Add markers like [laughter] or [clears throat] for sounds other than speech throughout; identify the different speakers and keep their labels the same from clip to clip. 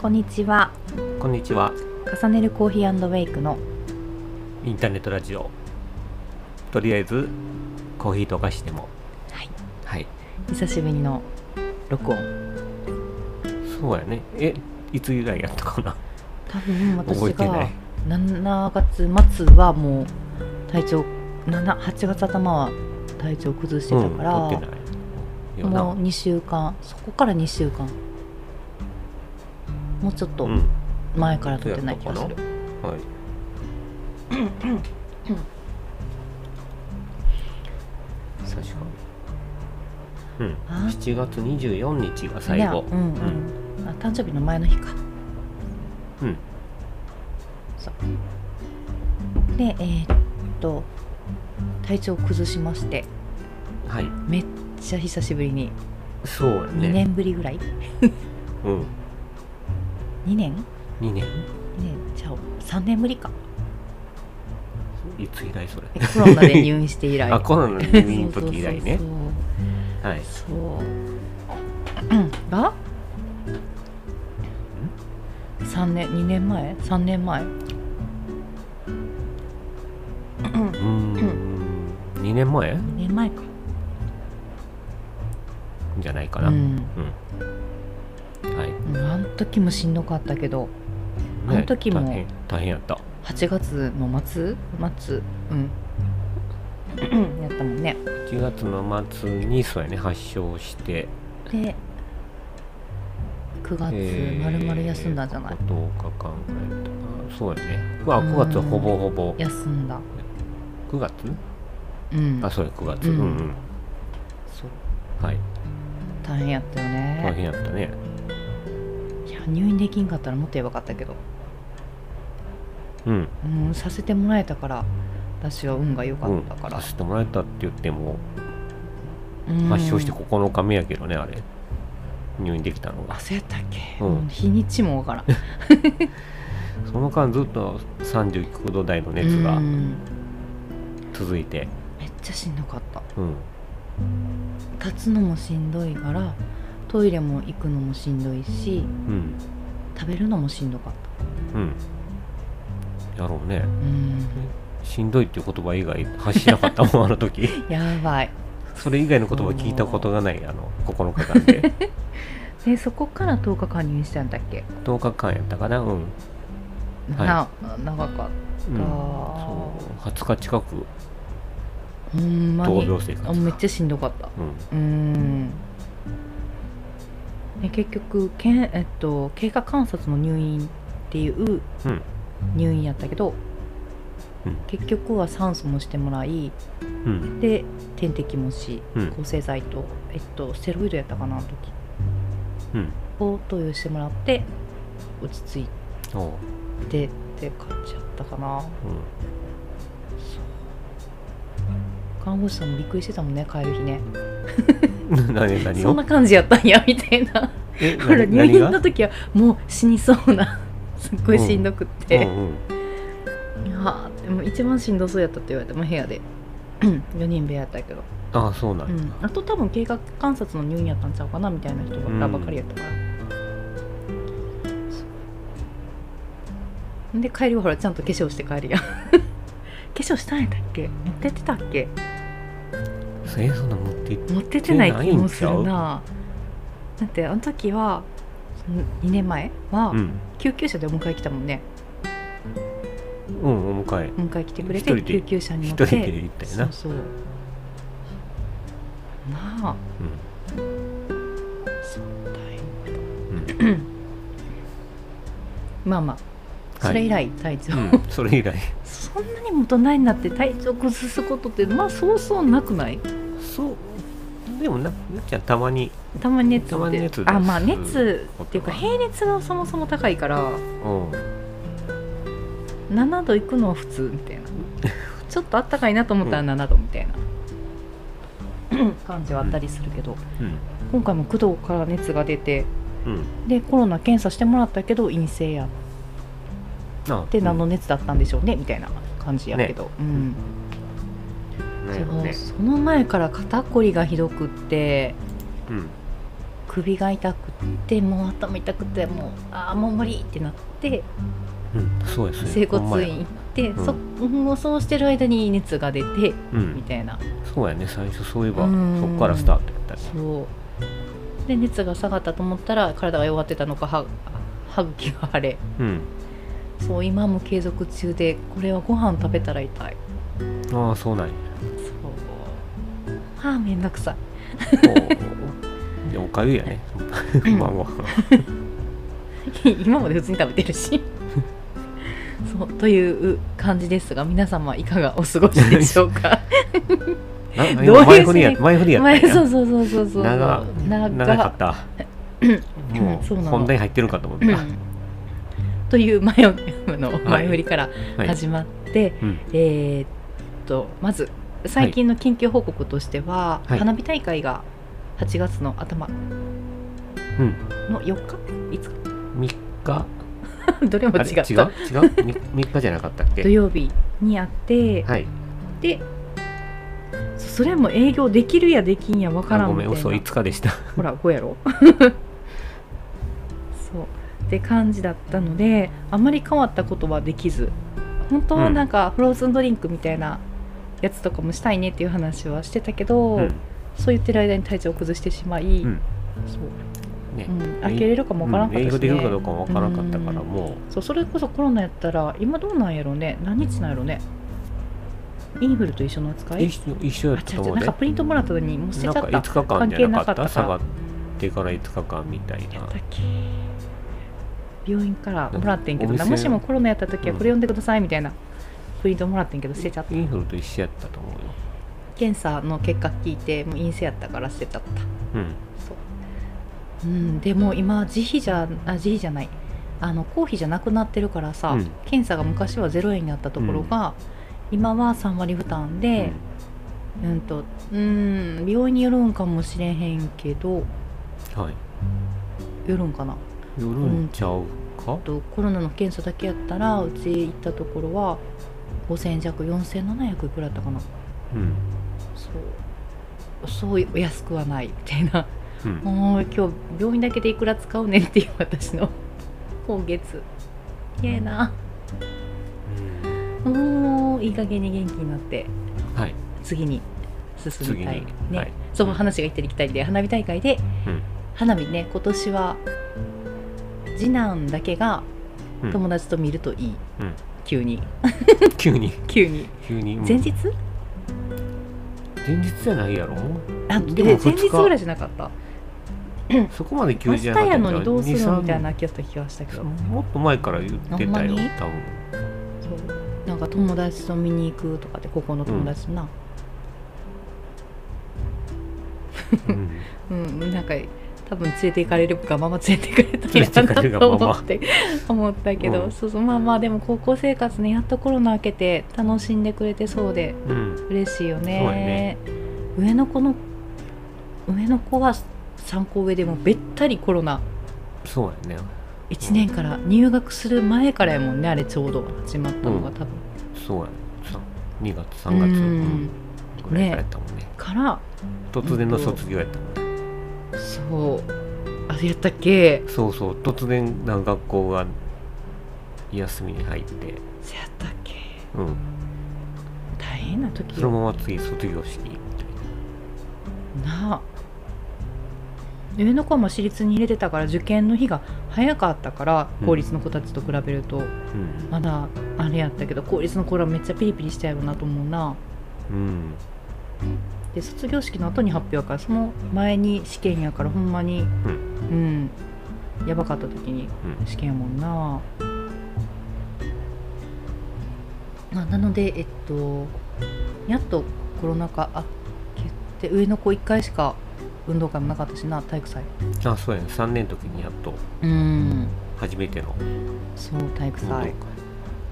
Speaker 1: こんにちは
Speaker 2: こんにちは。
Speaker 1: 重ねるコーヒーウェイクの
Speaker 2: インターネットラジオ。とりあえず、コーヒーとお菓子でも。
Speaker 1: はい。
Speaker 2: はい。
Speaker 1: 久しぶりの録音
Speaker 2: そうやね。え、いつ以来やったかな。
Speaker 1: 多分私
Speaker 2: 覚えてな
Speaker 1: が
Speaker 2: い。
Speaker 1: 7月末はもう体調78月頭は体調崩してたから、
Speaker 2: うん、撮ってない。よな
Speaker 1: もう2週間そこから2週間もうちょっと
Speaker 2: うん。
Speaker 1: 前から撮ってない気がする、
Speaker 2: はい。確かに。うん。
Speaker 1: あー
Speaker 2: 7月24日が最後。
Speaker 1: ねうんうんあ誕生日の前の日か
Speaker 2: うん。
Speaker 1: でえーっと体調崩しまして
Speaker 2: うん。はい。
Speaker 1: めっちゃ久しぶりに
Speaker 2: そうや
Speaker 1: 2
Speaker 2: ね。
Speaker 1: 年ぶりぐらい、
Speaker 2: うん。
Speaker 1: 2年
Speaker 2: 2年
Speaker 1: 2年ちゃう3年ぶりか
Speaker 2: いつ以来それ。
Speaker 1: えコロナで入院して以来
Speaker 2: [laughs] あ、コロナの入院の時以来ね
Speaker 1: そ。
Speaker 2: はい。
Speaker 1: うそうそうそうが3年2年前3年前
Speaker 2: うーん、2年前
Speaker 1: 2年前か
Speaker 2: じゃないかな。う。
Speaker 1: うんん、
Speaker 2: はい。
Speaker 1: うんあの時もしんどかったけどあの時も
Speaker 2: 大変大変やった。
Speaker 1: 8月の末末うん [clears throat] やったもんね
Speaker 2: 1月の末にそうやね発症して、
Speaker 1: で9月まるまる休んだんじゃない、
Speaker 2: えー10日間ぐらいとか、そうやね。まあ9月はほぼほぼ。
Speaker 1: 休んだ
Speaker 2: 9月？
Speaker 1: うん
Speaker 2: あ、そうや9月。
Speaker 1: う
Speaker 2: うんんうん。
Speaker 1: そう
Speaker 2: はい。
Speaker 1: 大変やったよね
Speaker 2: 大変やったね。
Speaker 1: いや入院できんかったらもっとやばかったけど、
Speaker 2: うん。
Speaker 1: うん、させてもらえたから私は運が良かったから
Speaker 2: さ、せてもらえたって言っても
Speaker 1: うん
Speaker 2: 発症して9日目やけどねあれ。入院できたのが
Speaker 1: あ。そうやったっけ、
Speaker 2: うん
Speaker 1: うん日にちもわからん
Speaker 2: その間ずっと39度台の [laughs] 熱が
Speaker 1: うん
Speaker 2: 続いて、
Speaker 1: めっちゃしんどかった
Speaker 2: うん、
Speaker 1: 立つのもしんどいからトイレも行くのもしんどいし
Speaker 2: うん、
Speaker 1: 食べるのもしんどかっ
Speaker 2: うん。やろうね。
Speaker 1: たうん
Speaker 2: しんどいっていう言葉以外発しなかったもん、あの
Speaker 1: [laughs]
Speaker 2: 時。
Speaker 1: やばい
Speaker 2: それ以外の言葉聞いたことがない、あの、9日間で。
Speaker 1: でそこから10日間入院したんだっけ、
Speaker 2: 10日間やったかな、うん。はい
Speaker 1: な長かっ
Speaker 2: うん、
Speaker 1: あ
Speaker 2: そう20日近く、
Speaker 1: たほんま
Speaker 2: 闘
Speaker 1: に
Speaker 2: 病生活
Speaker 1: あ
Speaker 2: が。
Speaker 1: めっちゃしんどかった
Speaker 2: うん、
Speaker 1: うーんで結局けん、えっと、経過観察の入院っていう
Speaker 2: うん
Speaker 1: 入院やったけど、
Speaker 2: うん
Speaker 1: 結局は酸素もしてもらい
Speaker 2: うん、
Speaker 1: で点滴もし
Speaker 2: うん、
Speaker 1: 抗生剤と、えっと、ステロイドやったかなあの時
Speaker 2: うん。
Speaker 1: を投与してもらって落ち着い
Speaker 2: おう
Speaker 1: てって感じやったかな
Speaker 2: う
Speaker 1: 看護師さんもびっくりしてたもんね帰る日ね
Speaker 2: ん、 [laughs] 何何
Speaker 1: そん
Speaker 2: を
Speaker 1: な感じやったんやみたいな
Speaker 2: え
Speaker 1: ほら
Speaker 2: 何
Speaker 1: [laughs] 入
Speaker 2: 何
Speaker 1: 院
Speaker 2: が
Speaker 1: の時はもう死にそう
Speaker 2: [laughs]
Speaker 1: なすっごいしんどくって、
Speaker 2: うんうん
Speaker 1: はあでも一番しんどそうやったって言われても部屋で4人部屋やったけど、
Speaker 2: ああそうな
Speaker 1: うん
Speaker 2: だ、
Speaker 1: ん、あと多分経過観察の入院やったんちゃうかなみたいな人らばっかりやったから、そうで帰りはほらちゃんと化粧して帰るやん [laughs] 化粧したんやったっけ持ってってたっけ
Speaker 2: えそんな持って行っ
Speaker 1: 持ってってない気もす
Speaker 2: 持
Speaker 1: る
Speaker 2: って
Speaker 1: なだってあの時は2年前は
Speaker 2: うん、
Speaker 1: 救急車でお迎え来たもんね、
Speaker 2: うん、お迎え
Speaker 1: お迎え来てくれ
Speaker 2: 一
Speaker 1: て
Speaker 2: 人で
Speaker 1: 救急車に乗って
Speaker 2: 一人で行ったよな
Speaker 1: そうそうなあそう大
Speaker 2: うん、うん
Speaker 1: まあまあそれ以来体調、
Speaker 2: うん、それ以来
Speaker 1: そんなにも大人になって体調崩すことってまあそうそうなくない
Speaker 2: そうでもななっちゃんたまに
Speaker 1: たまに熱って
Speaker 2: たまに熱出す
Speaker 1: あまあ熱っていうか
Speaker 2: こと
Speaker 1: 平熱がそもそも高いから
Speaker 2: うん
Speaker 1: 7度いくのは普通みたい
Speaker 2: [laughs]
Speaker 1: なちょっとあったかいなと思ったら7度みたいな、 [coughs] 感じはあったりするけど、
Speaker 2: うん
Speaker 1: 今回も工藤から熱が出て
Speaker 2: うん
Speaker 1: でコロナ検査してもらったけど陰性やっ
Speaker 2: あ
Speaker 1: て何の熱だったんでしょうねみたいな感じやけど、うん
Speaker 2: うんなん
Speaker 1: そ
Speaker 2: やろ
Speaker 1: う
Speaker 2: ね
Speaker 1: その前から肩こりがひどくって
Speaker 2: うん
Speaker 1: 首が痛くってもう頭痛くてもうああもう無理ってなって
Speaker 2: うんそうですね
Speaker 1: 整
Speaker 2: ほんま
Speaker 1: 骨
Speaker 2: や
Speaker 1: 院行って、
Speaker 2: うん
Speaker 1: そもうそうしてる間に熱が出て
Speaker 2: う
Speaker 1: み
Speaker 2: ん
Speaker 1: たいな
Speaker 2: そうやね最初そういえば
Speaker 1: うん
Speaker 2: そっからスタートやったね
Speaker 1: そうで熱が下がったと思ったら体が弱ってたのか歯歯茎が腫れ
Speaker 2: うん
Speaker 1: そう今も継続中でこれはご飯食べたら痛い
Speaker 2: ああそうなんや
Speaker 1: そうはあめんどくさい
Speaker 2: お
Speaker 1: [laughs]
Speaker 2: ーいやおかゆやねまあまあ
Speaker 1: 今まで普通に食べてるしそうという感じですが皆様いかがお過ごしでしょうか
Speaker 2: なな
Speaker 1: どういう
Speaker 2: 前振りや
Speaker 1: せり
Speaker 2: 前振りやったん
Speaker 1: 前
Speaker 2: や
Speaker 1: そうそうそうそうそう
Speaker 2: 長
Speaker 1: 長
Speaker 2: 長かった
Speaker 1: ん
Speaker 2: も
Speaker 1: そう
Speaker 2: う
Speaker 1: なの
Speaker 2: 本題入ってるかと思っ
Speaker 1: う
Speaker 2: た
Speaker 1: んという前をの前振りから
Speaker 2: はい
Speaker 1: 始まって、
Speaker 2: うん
Speaker 1: えーっとまず最近の近況報告としては、
Speaker 2: はい
Speaker 1: 花火大会が8月の頭
Speaker 2: うん
Speaker 1: の4日5
Speaker 2: 3日
Speaker 1: 日 [laughs] どれも
Speaker 2: あ
Speaker 1: 違
Speaker 2: れ違う違う
Speaker 1: った
Speaker 2: 3日じゃなかったっ
Speaker 1: 土
Speaker 2: け
Speaker 1: 曜日にあって、
Speaker 2: はい
Speaker 1: でそそれも営業できるやできんやわから
Speaker 2: あ
Speaker 1: ん
Speaker 2: ご
Speaker 1: み
Speaker 2: め
Speaker 1: たい
Speaker 2: ん
Speaker 1: な
Speaker 2: 嘘5日でした
Speaker 1: ほら5やろ [laughs] そうって感じだったのであまり変わったことはできず本当はなんかフローズンドリンクみたいなやつとかもしたいねっていう話はしてたけど、
Speaker 2: うん
Speaker 1: そう言ってる間に体調を崩してしまい、
Speaker 2: ん
Speaker 1: そう
Speaker 2: ね
Speaker 1: うん、開けれるかもわからんかったし、ね
Speaker 2: 英語できるかどうかもわからなかったから
Speaker 1: うん
Speaker 2: も
Speaker 1: そうそれこそコロナやったら今どうなんやろね何日なんやろねインフルと一緒の扱
Speaker 2: う
Speaker 1: い
Speaker 2: 一緒一緒
Speaker 1: あ
Speaker 2: やった
Speaker 1: 違
Speaker 2: と
Speaker 1: う違う
Speaker 2: 思う
Speaker 1: なん
Speaker 2: で
Speaker 1: かプリントもらったのにもう捨
Speaker 2: な
Speaker 1: て
Speaker 2: ん
Speaker 1: ちゃ
Speaker 2: か
Speaker 1: ったや
Speaker 2: 5
Speaker 1: った
Speaker 2: 日間じゃなかった
Speaker 1: 関係なかったか
Speaker 2: 下がってから5日間みたいな
Speaker 1: っけ病院からもらってんけど
Speaker 2: お
Speaker 1: な
Speaker 2: 店
Speaker 1: もしもコロナやった時は
Speaker 2: う
Speaker 1: こ
Speaker 2: ん
Speaker 1: れ読んでくださいみたいなプリントもらってんけど捨てちゃった
Speaker 2: インフルと一緒やったと思うよ
Speaker 1: 検査の結果聞いてもう陰性やったから捨てちゃった
Speaker 2: うん
Speaker 1: そう、うん、でも今自費じゃあ自費じゃないあの公費じゃなくなってるからさ、
Speaker 2: うん
Speaker 1: 検査が昔は0円になったところが、今は3割負担
Speaker 2: う
Speaker 1: で
Speaker 2: ん、
Speaker 1: うん、とうん病院によるんかもしれへんけど
Speaker 2: はい
Speaker 1: よるんかな
Speaker 2: よるんちゃうか
Speaker 1: あとコロナの検査だけやったらうち行ったところは5000弱4700いくらやったかな
Speaker 2: うん
Speaker 1: そうそう安くはないみたいな [laughs]
Speaker 2: うん
Speaker 1: もう今日病院だけでいくら使うねんっていう私の [laughs] 今月嫌やなもういい加減に元気になって
Speaker 2: はい
Speaker 1: 次に進みたい
Speaker 2: 次に
Speaker 1: ね、
Speaker 2: はい
Speaker 1: その話が行ったり来たりで花火大会で、
Speaker 2: うん
Speaker 1: 花火ね今年は次男だけが
Speaker 2: うん
Speaker 1: 友達と見るといい、
Speaker 2: うん
Speaker 1: 急に
Speaker 2: 急に
Speaker 1: 急に
Speaker 2: 急にうん
Speaker 1: 前日、
Speaker 2: 前日じゃないやろ
Speaker 1: あ
Speaker 2: で
Speaker 1: で
Speaker 2: も
Speaker 1: 前日
Speaker 2: 二日
Speaker 1: ぐらいじゃなかった
Speaker 2: そこまで急
Speaker 1: 明
Speaker 2: に
Speaker 1: 日
Speaker 2: じゃなかった
Speaker 1: や
Speaker 2: ん
Speaker 1: のにどうする
Speaker 2: 2 3
Speaker 1: みたいな気がした気がしたけど
Speaker 2: もっと前から言って
Speaker 1: ほんま
Speaker 2: たよ
Speaker 1: に
Speaker 2: 多分
Speaker 1: そうなんか友達と見に行くとかってここの友達とな、
Speaker 2: うん
Speaker 1: うん、なんか多分連れて行かれるがまま連れて行かれたん
Speaker 2: 連れて行かれ
Speaker 1: や
Speaker 2: る
Speaker 1: な
Speaker 2: が
Speaker 1: と
Speaker 2: まま
Speaker 1: 思って [laughs] 思ったけど、
Speaker 2: うん
Speaker 1: そうそうまあまあでも高校生活ねやっとコロナ明けて楽しんでくれてそうで
Speaker 2: うん
Speaker 1: 嬉しいよ
Speaker 2: そうや
Speaker 1: ね
Speaker 2: ね
Speaker 1: 上の子の上の子は3校上でもべったりコロナ
Speaker 2: そうやね
Speaker 1: 1年から入学する前からやもんねあれちょうど始まったのが
Speaker 2: うん
Speaker 1: 多分、
Speaker 2: そうやねさ2月3月
Speaker 1: う
Speaker 2: うん
Speaker 1: ん
Speaker 2: ぐらいからやったもんね
Speaker 1: から
Speaker 2: 突然の卒業やったもんね
Speaker 1: そうあれやったっけ
Speaker 2: そうそう突然なんか学校が休みに入って
Speaker 1: そやったっけ
Speaker 2: うん
Speaker 1: 大変な時
Speaker 2: そ
Speaker 1: よ
Speaker 2: のまま次卒業式みたい
Speaker 1: なあ上の子はまあ私立に入れてたから受験の日が早かったから
Speaker 2: うん
Speaker 1: 公立の子たちと比べると
Speaker 2: な
Speaker 1: まだあれやったけど公立の子らめっちゃピリピリしたやろなと思うな
Speaker 2: うんうん
Speaker 1: で卒業式の後に発表やからその前に試験やからほんまにうん、やばかった時に
Speaker 2: うん
Speaker 1: 試験やもんな、あなのでえっとやっとコロナ禍あけて上の子1回しか運動会もなかったしな体育祭
Speaker 2: あそうやね3年の時にやっと
Speaker 1: うん
Speaker 2: 初めての
Speaker 1: そう体育
Speaker 2: 運動会
Speaker 1: 祭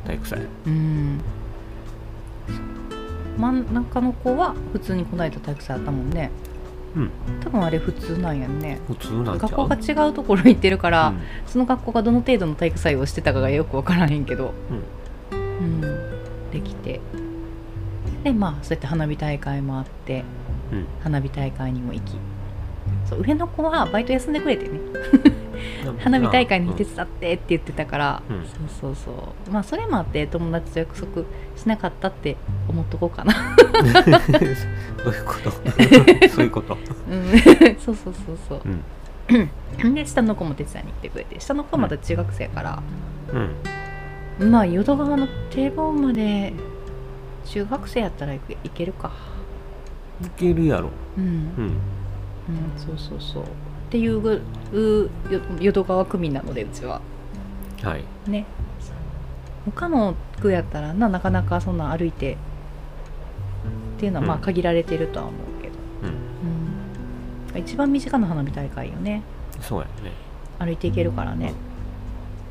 Speaker 2: 体育祭
Speaker 1: うん真ん中の子は普通にこないだ体育祭あったもんね
Speaker 2: うん
Speaker 1: 多分あれ普通なんやんね
Speaker 2: 普通なんちゃう
Speaker 1: 学校が違うところ行ってるから、その学校がどの程度の体育祭をしてたかがよく分からへんけど、うんできてでまあそうやって花火大会もあって
Speaker 2: うん
Speaker 1: 花火大会にも行きそう上の子はバイト休んでくれてね [laughs] 花火大会に手伝ってって言ってたから、
Speaker 2: うん
Speaker 1: そうそうそうまあそれもあって友達と約束しなかったって思っとこうか
Speaker 2: [laughs]
Speaker 1: な
Speaker 2: どういうこと
Speaker 1: [laughs]
Speaker 2: そういうこと
Speaker 1: うんそうそうそうそう
Speaker 2: うん、
Speaker 1: で下の子も手伝いに来てくれて下の子はまだ中学生やから、
Speaker 2: うん、
Speaker 1: まあ淀川の堤防まで中学生やったら行く行けるか
Speaker 2: いけるやろ
Speaker 1: うん、うん
Speaker 2: うん
Speaker 1: そうそうそうっていうぐうよ淀川区民なのでうちは
Speaker 2: はい
Speaker 1: ね他の区やったらななかなかそんな歩いてっていうのはまあ
Speaker 2: うん
Speaker 1: 限られてるとは思うけど、
Speaker 2: うん
Speaker 1: うん一番身近な花火大会よね
Speaker 2: そうやね
Speaker 1: 歩いていけるからね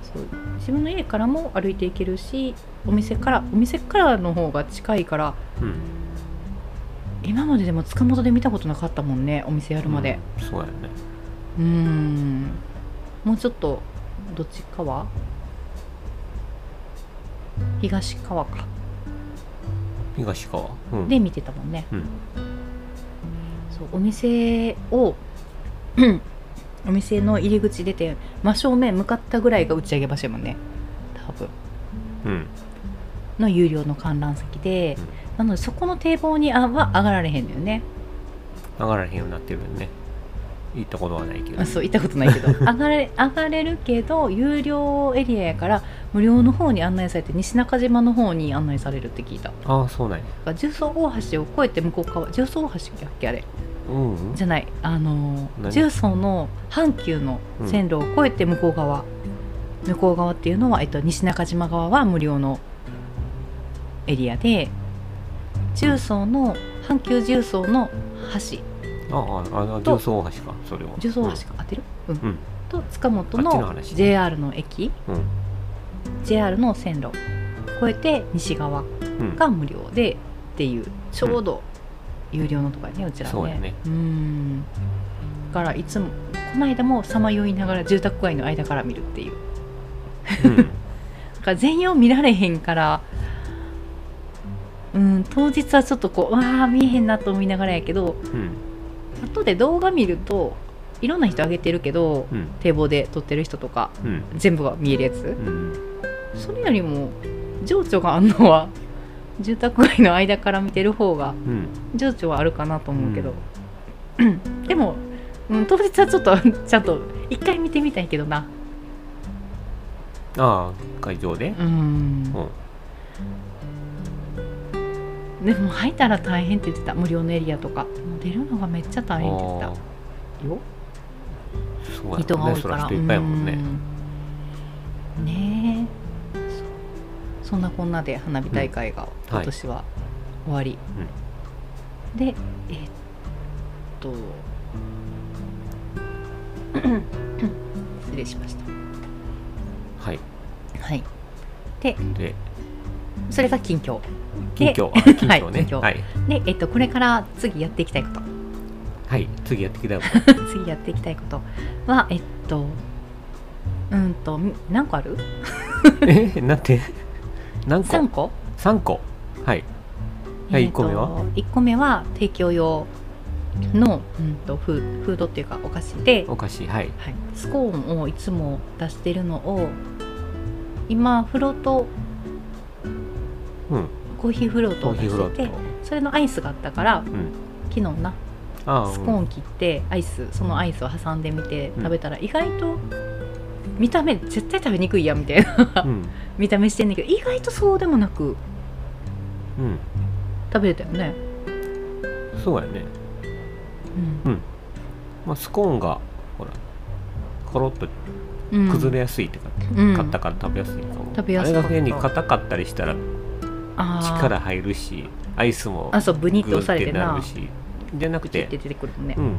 Speaker 1: そう自分の家からも歩いていけるしお店からお店からの方が近いから
Speaker 2: うん
Speaker 1: 今まででも塚本で見たことなかったもんねお店やるまで、
Speaker 2: うんそうやね
Speaker 1: うーん、もうちょっとどっちかは東川か
Speaker 2: 東川うん
Speaker 1: で見てたもんね、
Speaker 2: うん
Speaker 1: そうお店を [clears throat] うんお店の入り口出て真正面向かったぐらいが打ち上げ場所やもんね多分
Speaker 2: うん
Speaker 1: の有料の観覧席で、なのでそこの堤防にあは上がられへんのよね
Speaker 2: 上がらへんようになってるよね行ったことはないけど
Speaker 1: あそう行ったことないけど上がれ上がれるけど有料エリアやから無料の方に案内されて西中島の方に案内されるって聞いただか
Speaker 2: ああそうなんや
Speaker 1: ら重曹大橋を越えて向こう側重曹大橋やっけあれ
Speaker 2: うんうん
Speaker 1: じゃないあのー
Speaker 2: 何
Speaker 1: 重曹の阪急の線路を越えて向こう側、向こう側っていうのは、えっと、西中島側は無料のエリアで重曹の阪急重曹の橋
Speaker 2: ああああ
Speaker 1: と
Speaker 2: 重曹大橋かそれは
Speaker 1: 重曹橋か合ってる、うん
Speaker 2: ん
Speaker 1: と塚本
Speaker 2: あっちの
Speaker 1: の
Speaker 2: 話
Speaker 1: JR の駅
Speaker 2: うん
Speaker 1: JR の線路越えて西側
Speaker 2: うん、うん
Speaker 1: が無料でっていうちょうど有料のとかねうちらね
Speaker 2: そうやね
Speaker 1: うんだからいつもこの間もさまよいながら住宅街の間から見るっていう
Speaker 2: うん
Speaker 1: だから全容見られへんからうん当日はちょっとこうわあ見えへんなと思いながらやけど
Speaker 2: うん
Speaker 1: 後で動画見るといろんな人あげてるけど
Speaker 2: うん
Speaker 1: 堤防で撮ってる人とか
Speaker 2: うん
Speaker 1: 全部が見えるやつ
Speaker 2: うん
Speaker 1: それよりも情緒があんのは住宅街の間から見てる方が
Speaker 2: うん
Speaker 1: 情緒はあるかなと思うけど、でも、うん、当日はちょっとちゃんと一回見てみたいけどな
Speaker 2: ああ会場で
Speaker 1: うん
Speaker 2: うん
Speaker 1: でも入ったら大変って言ってた無料のエリアとかもう出るのがめっちゃ大変って言って
Speaker 2: ああ
Speaker 1: たよ
Speaker 2: そうや
Speaker 1: 人が
Speaker 2: も
Speaker 1: 多
Speaker 2: んね
Speaker 1: い
Speaker 2: そ
Speaker 1: からら
Speaker 2: 人いっぱいやもんね
Speaker 1: うんねえそうそんなこんなで花火大会が
Speaker 2: うんは
Speaker 1: 今
Speaker 2: い
Speaker 1: 年は終わり、でえっと [coughs] 失礼しました
Speaker 2: はい
Speaker 1: はい
Speaker 2: で
Speaker 1: それが近況
Speaker 2: 近
Speaker 1: で [laughs]
Speaker 2: 況あ近
Speaker 1: はい
Speaker 2: 況ね
Speaker 1: 近況
Speaker 2: はい
Speaker 1: で、えっと、これから次やっていきたいこと [coughs]
Speaker 2: はい次やってきたよ
Speaker 1: [laughs] 次やっていきたいことはえっとうんとみ何個ある
Speaker 2: えなんて何個
Speaker 1: ?3 個
Speaker 2: 三個はいはい
Speaker 1: えーと
Speaker 2: 一個目は
Speaker 1: 一個目は提供用の、うん、とフーフードっていうかお菓子で、
Speaker 2: お菓子はい
Speaker 1: はい、スコーンをいつも出してるのを今フロート
Speaker 2: うん
Speaker 1: コーヒーフロート
Speaker 2: コ
Speaker 1: を
Speaker 2: ー
Speaker 1: 出
Speaker 2: ヒーフロ
Speaker 1: し
Speaker 2: ー
Speaker 1: てて
Speaker 2: ト
Speaker 1: それのアイスがあったから、
Speaker 2: ん
Speaker 1: 昨日な
Speaker 2: ああ
Speaker 1: スコーン切ってアイスそのアイスを挟んでみて
Speaker 2: うん
Speaker 1: 食べたら意外と見た目絶対食べにくいやんみたいな [laughs]
Speaker 2: うん
Speaker 1: 見た目してんだけど意外とそうでもなく
Speaker 2: うん
Speaker 1: 食べれたよね、
Speaker 2: うんそうやね
Speaker 1: うん
Speaker 2: まあスコーンがほらコロッと
Speaker 1: うん、
Speaker 2: 崩れやすいってか
Speaker 1: うん
Speaker 2: 買ったから食べやすいかも
Speaker 1: 食べやすかった
Speaker 2: あれが変に硬かったりしたら
Speaker 1: あー
Speaker 2: 力入るしアイスも
Speaker 1: あそうブニッと
Speaker 2: グ
Speaker 1: 押さ
Speaker 2: ーっ
Speaker 1: れ
Speaker 2: て
Speaker 1: て
Speaker 2: な
Speaker 1: な
Speaker 2: るしじゃな
Speaker 1: っ
Speaker 2: く
Speaker 1: て出
Speaker 2: て
Speaker 1: てくるもんね、
Speaker 2: うん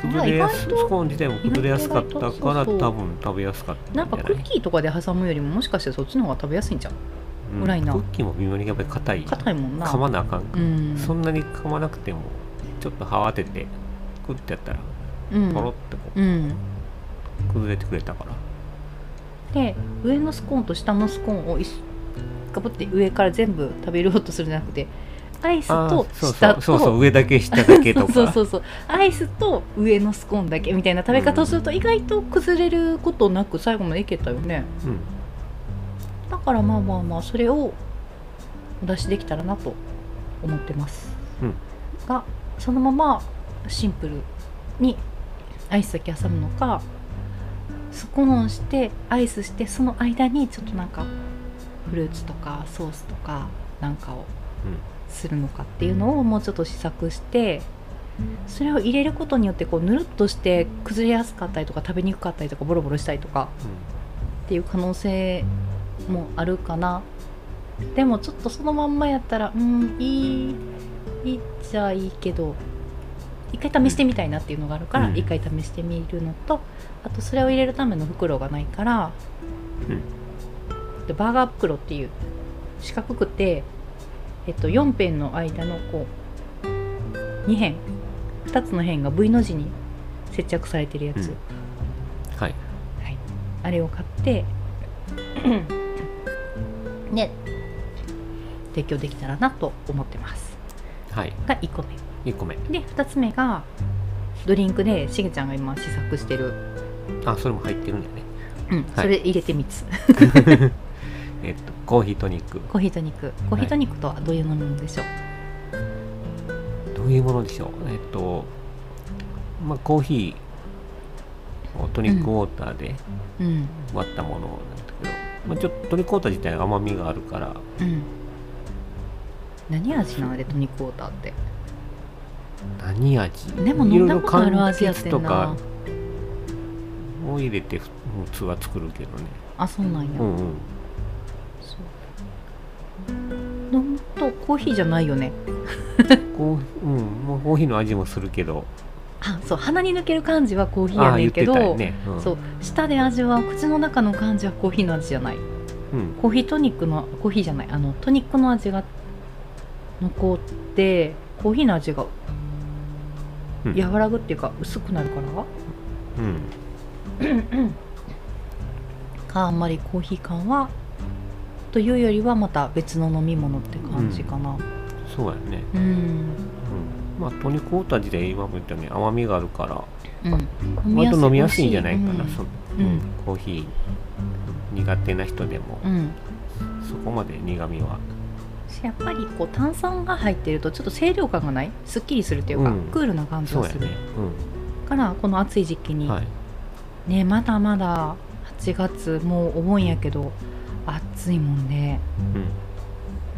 Speaker 2: 崩れやすス
Speaker 1: まあ意外と
Speaker 2: コーン自体も崩れやすかった
Speaker 1: 意
Speaker 2: か
Speaker 1: 外とそう
Speaker 2: ら
Speaker 1: そう
Speaker 2: 多分食べやすかったんじ
Speaker 1: な
Speaker 2: ゃ
Speaker 1: ん
Speaker 2: な
Speaker 1: か
Speaker 2: い
Speaker 1: クッキーとかで挟むよりももしかしてそっちの方が食べやすいんじゃん
Speaker 2: うん
Speaker 1: ぐらいな
Speaker 2: クッキーも微妙にやっぱり硬い
Speaker 1: 硬いもんな
Speaker 2: 噛まなあかんか
Speaker 1: う
Speaker 2: ら
Speaker 1: ん
Speaker 2: そんなに噛まなくてもちょっと歯を当ててクッてやったら
Speaker 1: うん
Speaker 2: ポロッとこ
Speaker 1: うん
Speaker 2: う崩れてくれたから
Speaker 1: で上のスコーンと下のスコーンを一緒かぶって上から全部食べようとするんじゃなくてアイス
Speaker 2: あ
Speaker 1: と
Speaker 2: ーそうそ
Speaker 1: 下
Speaker 2: うそうそ
Speaker 1: と
Speaker 2: う上だけ下だけと
Speaker 1: [laughs]
Speaker 2: か
Speaker 1: そうそうそうアイスと上のスコーンだけみたいな食べ方をすると意外と崩れることなく最後までいけたよね
Speaker 2: うん
Speaker 1: だからまあまあまあそれをお出しできたらなと思ってます、
Speaker 2: うん
Speaker 1: がそのままシンプルにアイスだけ挟むのかスコーンしてアイスしてその間にちょっとなんかフルーツとかソースとかなんかを
Speaker 2: うん
Speaker 1: するのかっていうのをもうちょっと試作してそれを入れることによってこうぬるっとして崩れやすかったりとか食べにくかったりとかボロボロしたりとかっていう可能性もあるかなでもちょっとそのまんまやったらうんいいいいっちゃいいけど一回試してみたいなっていうのがあるから
Speaker 2: うん
Speaker 1: 一、回試してみるのとあとそれを入れるための袋がないから、でバーガー袋っていう四角くて、えっと、4辺の間のこう2辺2つの辺が V の字に接着されてるやつ、
Speaker 2: うんはい
Speaker 1: あれを買ってね提供できたらなと思ってます
Speaker 2: はい
Speaker 1: が1個目
Speaker 2: 1個目
Speaker 1: で2つ目がドリンクでしげちゃんが今試作してる、
Speaker 2: あそれも入ってるんだよね
Speaker 1: うん
Speaker 2: い
Speaker 1: それ入れて3つ [laughs]
Speaker 2: [laughs] えっとコーヒートニック
Speaker 1: コーヒーと肉コーヒーと肉とはどういう飲み物でしょう、
Speaker 2: どういうものでしょうえっとまあコーヒーをトニックウォーターで
Speaker 1: うん
Speaker 2: 割ったものなんだけど、まあ、ちょっとトニックウォーター自体が甘みがあるから
Speaker 1: うん何味なのでトニックウォーターって
Speaker 2: 何味
Speaker 1: でも飲んだことある味やって
Speaker 2: いろ
Speaker 1: ん
Speaker 2: いろ柑
Speaker 1: な
Speaker 2: 橘とかを入れてふ普通は作るけどね
Speaker 1: あそうなんや、
Speaker 2: うんうん
Speaker 1: そう飲むとコーヒーじゃないよね
Speaker 2: コーヒーうんもうコーヒーの味もするけど
Speaker 1: あそう鼻に抜ける感じはコーヒー
Speaker 2: あ
Speaker 1: や
Speaker 2: あ
Speaker 1: ね
Speaker 2: 言
Speaker 1: ん
Speaker 2: っ
Speaker 1: け
Speaker 2: て
Speaker 1: ど
Speaker 2: たよね、うん、
Speaker 1: そう舌で味は口の中の感じはコーヒーの味じゃない
Speaker 2: うん、
Speaker 1: コーヒートニックのコーヒーじゃないあのトニックの味が残ってコーヒーの味が
Speaker 2: うん
Speaker 1: 和らぐっていうか薄くなるから
Speaker 2: うん
Speaker 1: か [clears throat] あんまりコーヒー感はというよりはまた別の飲み物って感じかな
Speaker 2: そうやね、
Speaker 1: うん
Speaker 2: うん、まあトニックウォーター自体今も言ったように甘みがあるから
Speaker 1: うん、
Speaker 2: 割と飲みやすいんじゃないかな、
Speaker 1: うん
Speaker 2: その
Speaker 1: うん
Speaker 2: うんコーヒー苦手な人でも、
Speaker 1: うん
Speaker 2: そこまで苦味は
Speaker 1: やっぱりこう炭酸が入ってるとちょっと清涼感がないすっきりするというか、
Speaker 2: うん
Speaker 1: クールな感じ
Speaker 2: そう
Speaker 1: が
Speaker 2: や
Speaker 1: する、
Speaker 2: ね、
Speaker 1: からこの暑い時期
Speaker 2: う
Speaker 1: に、
Speaker 2: ん、はい
Speaker 1: ねまだまだ8月もうお盆やけど暑いもんね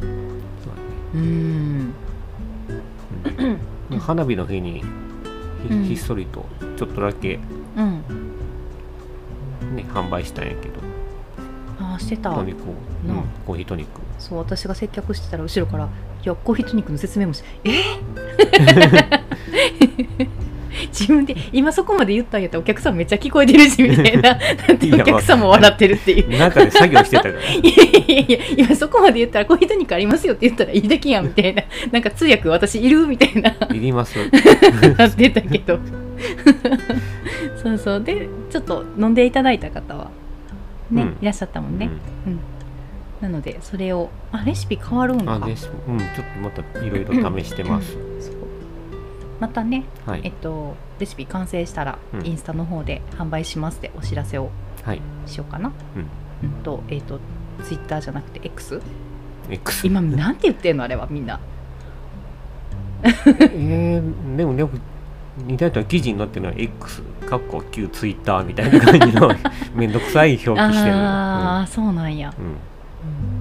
Speaker 2: うんそうやね
Speaker 1: うん
Speaker 2: うん花火の日にひ,、
Speaker 1: うん
Speaker 2: っそりとちょっとだけ、ね、
Speaker 1: うん
Speaker 2: 販売したんやけど
Speaker 1: あーしてた
Speaker 2: トニックを、う
Speaker 1: なんあ
Speaker 2: コーヒートニック
Speaker 1: そう私が接客してたら後ろから「いやコーヒートニックの説明もしえ
Speaker 2: [laughs]
Speaker 1: ー自分で今そこまで言ったんやったらお客さんめっちゃ聞こえてるしみた
Speaker 2: [laughs]
Speaker 1: いななん
Speaker 2: い
Speaker 1: て
Speaker 2: や
Speaker 1: お客さんも笑ってるっていう
Speaker 2: 中で作業してたから
Speaker 1: [laughs] いやいやいやいや今そこまで言ったらこういう人にありますよって言ったらいいだけやんみたいななんか通訳私いるみたい
Speaker 2: [laughs]
Speaker 1: な
Speaker 2: いります
Speaker 1: なってたけどそうそうでちょっと飲んでいただいた方はね、
Speaker 2: うん
Speaker 1: いらっしゃったもんね、なのでそれをあレシピ変わるん
Speaker 2: うん、
Speaker 1: か
Speaker 2: あですうんちょっとまたいろいろ試してます、
Speaker 1: そうまたね
Speaker 2: は
Speaker 1: えっ
Speaker 2: い
Speaker 1: とレシピ完成したら、
Speaker 2: うん
Speaker 1: インスタの方で販売しますってお知らせを
Speaker 2: はい
Speaker 1: しようかなうん、とえっ、とツイッターじゃなくて X
Speaker 2: X
Speaker 1: 今なんて言ってんのあれはみんな
Speaker 2: えー、でもでも似たような記事になってるのは X かっこ Q ツイッターみたいな感
Speaker 1: [laughs]
Speaker 2: じのめんどくさい表記してるの
Speaker 1: ああ、そうなんや、
Speaker 2: うん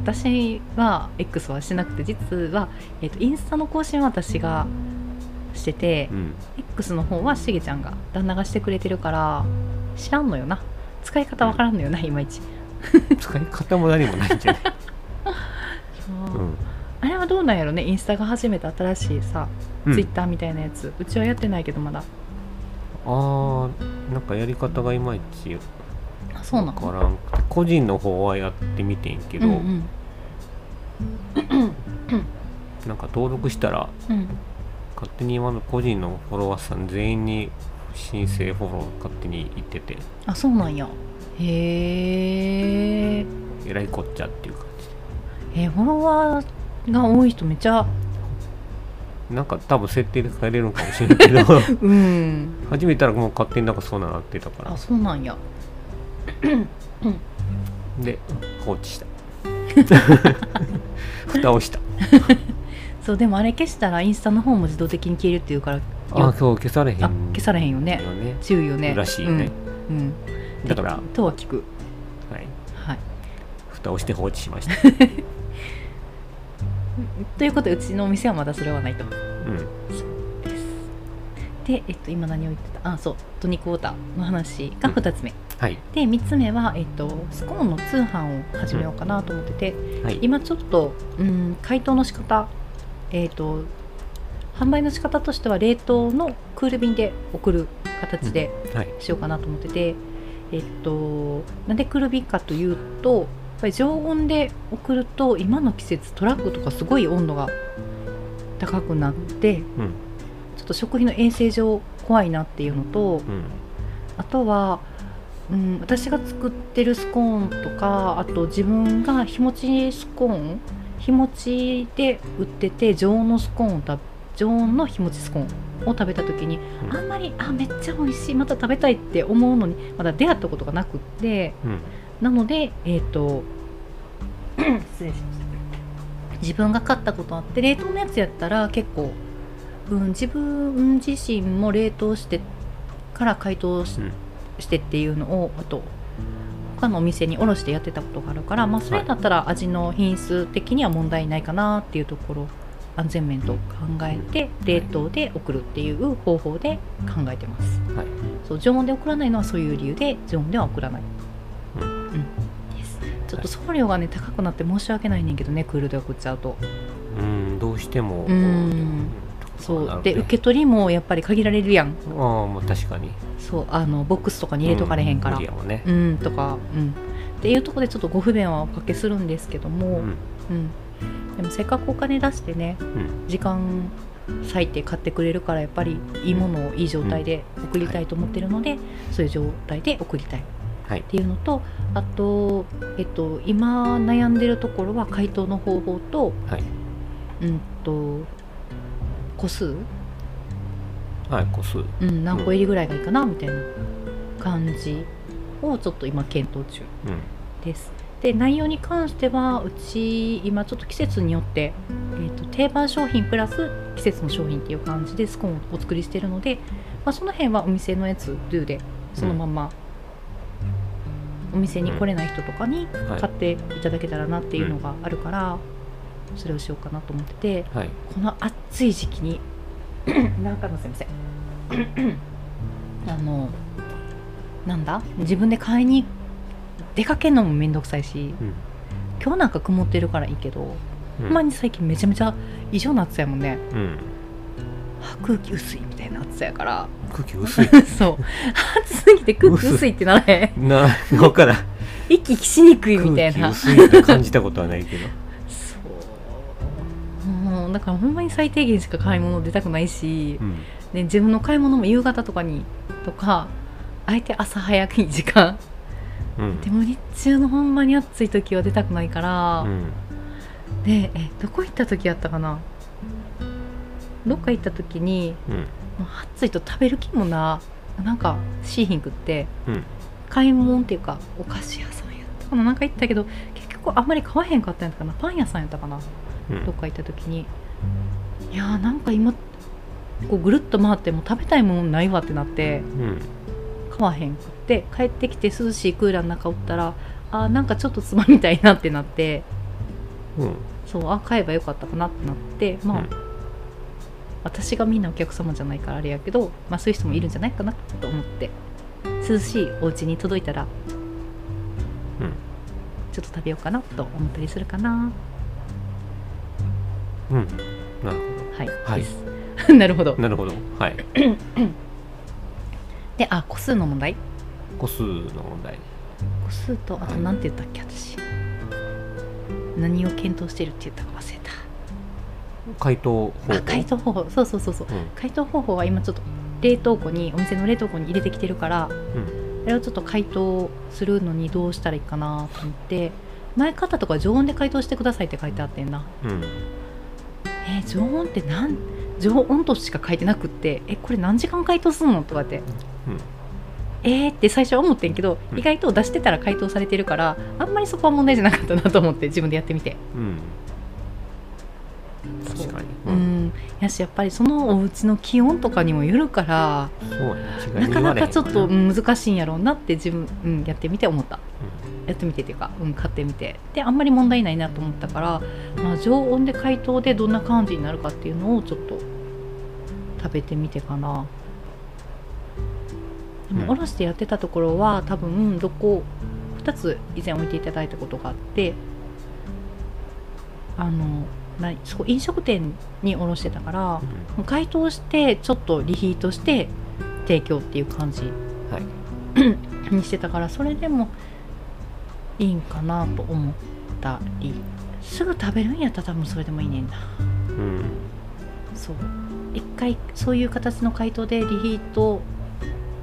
Speaker 1: 私は X はしてなくて実は、えっとインスタの更新は私がしてて、
Speaker 2: うん
Speaker 1: X の方はしげちゃんが旦那がしてくれてるから知らんのよな使い方わからんのよな、いまいち、
Speaker 2: うん、使い方も何もないんじゃない、うん
Speaker 1: あれはどうなんやろねインスタが始めた新しいさ、
Speaker 2: うん、
Speaker 1: ツイッターみたいなやつうちはやってないけどまだ
Speaker 2: あーなんかやり方がいまいち
Speaker 1: あそうな
Speaker 2: わ
Speaker 1: の
Speaker 2: からんくて個人の方はやってみてんけど、
Speaker 1: うんうん
Speaker 2: なんか登録したら
Speaker 1: うん
Speaker 2: 勝手に今の個人のフォロワーさん全員に申請フォロー勝手に行ってて
Speaker 1: あそうなんやへー
Speaker 2: えらいこっちゃっていう感じ
Speaker 1: えフォロワーが多い人めっちゃ
Speaker 2: なんか多分設定で変えれるのかもしれないけ
Speaker 1: [laughs]
Speaker 2: ど
Speaker 1: うん
Speaker 2: 始めたらもう勝手になんかそうなってたから
Speaker 1: あそうなんや
Speaker 2: で放置
Speaker 1: [laughs]
Speaker 2: した蓋をした
Speaker 1: そうでもあれ消したらインスタの方も自動的に消えるっていうから
Speaker 2: あそう消されへん
Speaker 1: あ消されへんよね
Speaker 2: よね
Speaker 1: 注意よね
Speaker 2: らしいね、
Speaker 1: うん、うん
Speaker 2: だから、
Speaker 1: とは聞く
Speaker 2: はい、
Speaker 1: はい
Speaker 2: 蓋をして放置しました
Speaker 1: [laughs] ということでうちのお店はまだそれはないと
Speaker 2: うん
Speaker 1: で、えっと、今何を言ってたあそうトニックウォーターの話が2つ目、
Speaker 2: はい
Speaker 1: で3つ目は、えっと、スコーンの通販を始めようかなと思ってて、
Speaker 2: はい
Speaker 1: 今ちょっと、うん、解凍の仕方えっと販売の仕方としては冷凍のクール便で送る形で
Speaker 2: はい
Speaker 1: しようかなと思ってて、えっとなんでクール便かというとやっぱり常温で送ると今の季節トラックとかすごい温度が高くなって、
Speaker 2: うん
Speaker 1: ちょっと食品の衛生上怖いなっていうのと
Speaker 2: うん
Speaker 1: あとは、うん、私が作ってるスコーンとかあと自分が日持ちスコーン日持ちで売ってて常温のスコーンを食べ常温の日持ちスコーンを食べた時に
Speaker 2: うん
Speaker 1: あんまりあめっちゃ美味しいまた食べたいって思うのにまだ出会ったことがなくって
Speaker 2: うん
Speaker 1: なのでえっ、と [clears throat] 失礼しました自分が買ったことあって冷凍のやつやったら結構、うん、自分自身も冷凍してから解凍し,、
Speaker 2: うん
Speaker 1: してっていうのをあと他のお店に卸してやってたことがあるから、まあ、それだったら味の品質的には問題ないかなっていうところ安全面と考えて冷凍で送るっていう方法で考えてます、
Speaker 2: はい
Speaker 1: そう常温で送らないのはそういう理由で常温では送らない、
Speaker 2: うん
Speaker 1: うんですちょっと送料がね高くなって申し訳ないねんけどねクールで送っちゃうと
Speaker 2: うんどうしても
Speaker 1: うんそうで受け取りもやっぱり限られるやん
Speaker 2: ああもう確かに
Speaker 1: そうあのボックスとかに入れとかれへんから
Speaker 2: うん無理やもんね
Speaker 1: うん、とかうんっていうところでちょっとご不便はおかけするんですけども、
Speaker 2: うん
Speaker 1: うん、でもせっかくお金出してね、
Speaker 2: ん
Speaker 1: 時間割いて買ってくれるからやっぱりいいものをいい状態で送りたいと思ってるので、そういう状態で送りたいっ
Speaker 2: はい
Speaker 1: ていうのとあと、えっと、今悩んでるところは回答の方法と,、
Speaker 2: はい
Speaker 1: うん、と個数、
Speaker 2: はい個数
Speaker 1: うん、何個入りぐらいがいいかなみたいな感じをちょっと今検討中。
Speaker 2: うん
Speaker 1: です。で内容に関してはうち今ちょっと季節によって、えー、と定番商品プラス季節の商品っていう感じでスコーンをお作りしてるので、まあ、その辺はお店のやつ Do でそのままお店に来れない人とかに
Speaker 2: はい
Speaker 1: 買っていただけたらなっていうのがあるからそれをしようかなと思ってて
Speaker 2: はい
Speaker 1: この暑い時期に [coughs] なんかのすいませんあのなんだ自分で買いに出かけるのもめんどくさいし
Speaker 2: うん
Speaker 1: 今日なんか曇ってるからいいけど、
Speaker 2: う
Speaker 1: ほ
Speaker 2: ん
Speaker 1: んまに最近めちゃめちゃ異常な暑さやもんね
Speaker 2: うん
Speaker 1: あ空気薄いみたいな暑さやから [laughs]
Speaker 2: 空気薄い
Speaker 1: そう暑すぎて空気薄いってなれへん
Speaker 2: な分からん
Speaker 1: 息しにくいみた
Speaker 2: 空
Speaker 1: い
Speaker 2: 気
Speaker 1: な
Speaker 2: 薄いって感じたことはない
Speaker 1: [laughs]
Speaker 2: けど
Speaker 1: そうもうだからほんまに最低限しか買い物出たくないし
Speaker 2: うん
Speaker 1: ね、自分の買い物も夕方とかにとかあえて朝早くに時間
Speaker 2: うん
Speaker 1: でも日中のほんまに暑い時は出たくないから、
Speaker 2: うん
Speaker 1: でえどこ行った時やったかなどっか行った時に
Speaker 2: うん
Speaker 1: もう暑いと食べる気もななんかしーひんくって、
Speaker 2: うん
Speaker 1: 買い物っていうかお菓子屋さんやったかななんか行ったけど結局あんまり買わへんかったんやったかなパン屋さんやったかな
Speaker 2: うん
Speaker 1: どっか行った時にいやーなんか今こうぐるっと回っても食べたいものないわってなって。
Speaker 2: うん
Speaker 1: 買わへんくって帰ってきて涼しいクーラーの中おったらあーなんかちょっとつまみたいなってなって
Speaker 2: うん
Speaker 1: そうあ買えばよかったかなってなってまあ、
Speaker 2: うん
Speaker 1: 私がみんなお客様じゃないからあれやけど、まあ、そういう人もいるんじゃないかなと思って涼しいお家に届いたら、
Speaker 2: うん
Speaker 1: ちょっと食べようかなと思ったりするかな
Speaker 2: うんなる
Speaker 1: はい、
Speaker 2: はい
Speaker 1: です [laughs] なるほど
Speaker 2: ほどなるほどはい
Speaker 1: であ個数の問題
Speaker 2: 個数の問題
Speaker 1: 個数とあと
Speaker 2: はい
Speaker 1: 何て言ったっけ私何を検討してるって言ったか忘れた
Speaker 2: 回答方法
Speaker 1: あ解凍方法そうそうそうそう
Speaker 2: うん
Speaker 1: 解凍方法は今ちょっと冷凍庫にお店の冷凍庫に入れてきてるから、
Speaker 2: ん
Speaker 1: あれをちょっと解凍するのにどうしたらいいかなと思って前方とか常温で解凍してくださいって書いてあってんな
Speaker 2: うん
Speaker 1: えー常温ってなん常温としか書いてなくってえこれ何時間解凍するのとかって、
Speaker 2: うん
Speaker 1: えーって最初は思ってんけど、
Speaker 2: うん
Speaker 1: 意外と出してたら解凍されてるからあんまりそこは問題じゃなかったなと思って自分でやってみて
Speaker 2: うん
Speaker 1: そう
Speaker 2: 確かに
Speaker 1: う、
Speaker 2: うんん
Speaker 1: やしやっぱりそのお家の気温とかにもよるから
Speaker 2: そうやね違
Speaker 1: な
Speaker 2: いに
Speaker 1: か
Speaker 2: 言
Speaker 1: な
Speaker 2: われへ
Speaker 1: か
Speaker 2: ん
Speaker 1: ちょっと
Speaker 2: う
Speaker 1: うんん難しいんやろうなって自分、うん、やってみて思ったやってみてっていうか、うん、買ってみてであんまり問題ないなと思ったから、まあ、常温で解凍でどんな感じになるかっていうのをちょっと食べてみてかなで
Speaker 2: う
Speaker 1: も
Speaker 2: ん
Speaker 1: おろしてやってたところは多分どこ2つ以前置いていただいたことがあってあのなそこ飲食店におろしてたからもう解凍してちょっとリヒートして提供っていう感じ
Speaker 2: はい
Speaker 1: [coughs] にしてたからそれでもいいんかなと思ったりすぐ食べるんやったら多分それでもいいねんな
Speaker 2: うん
Speaker 1: そう一回そういう形の解凍でリヒート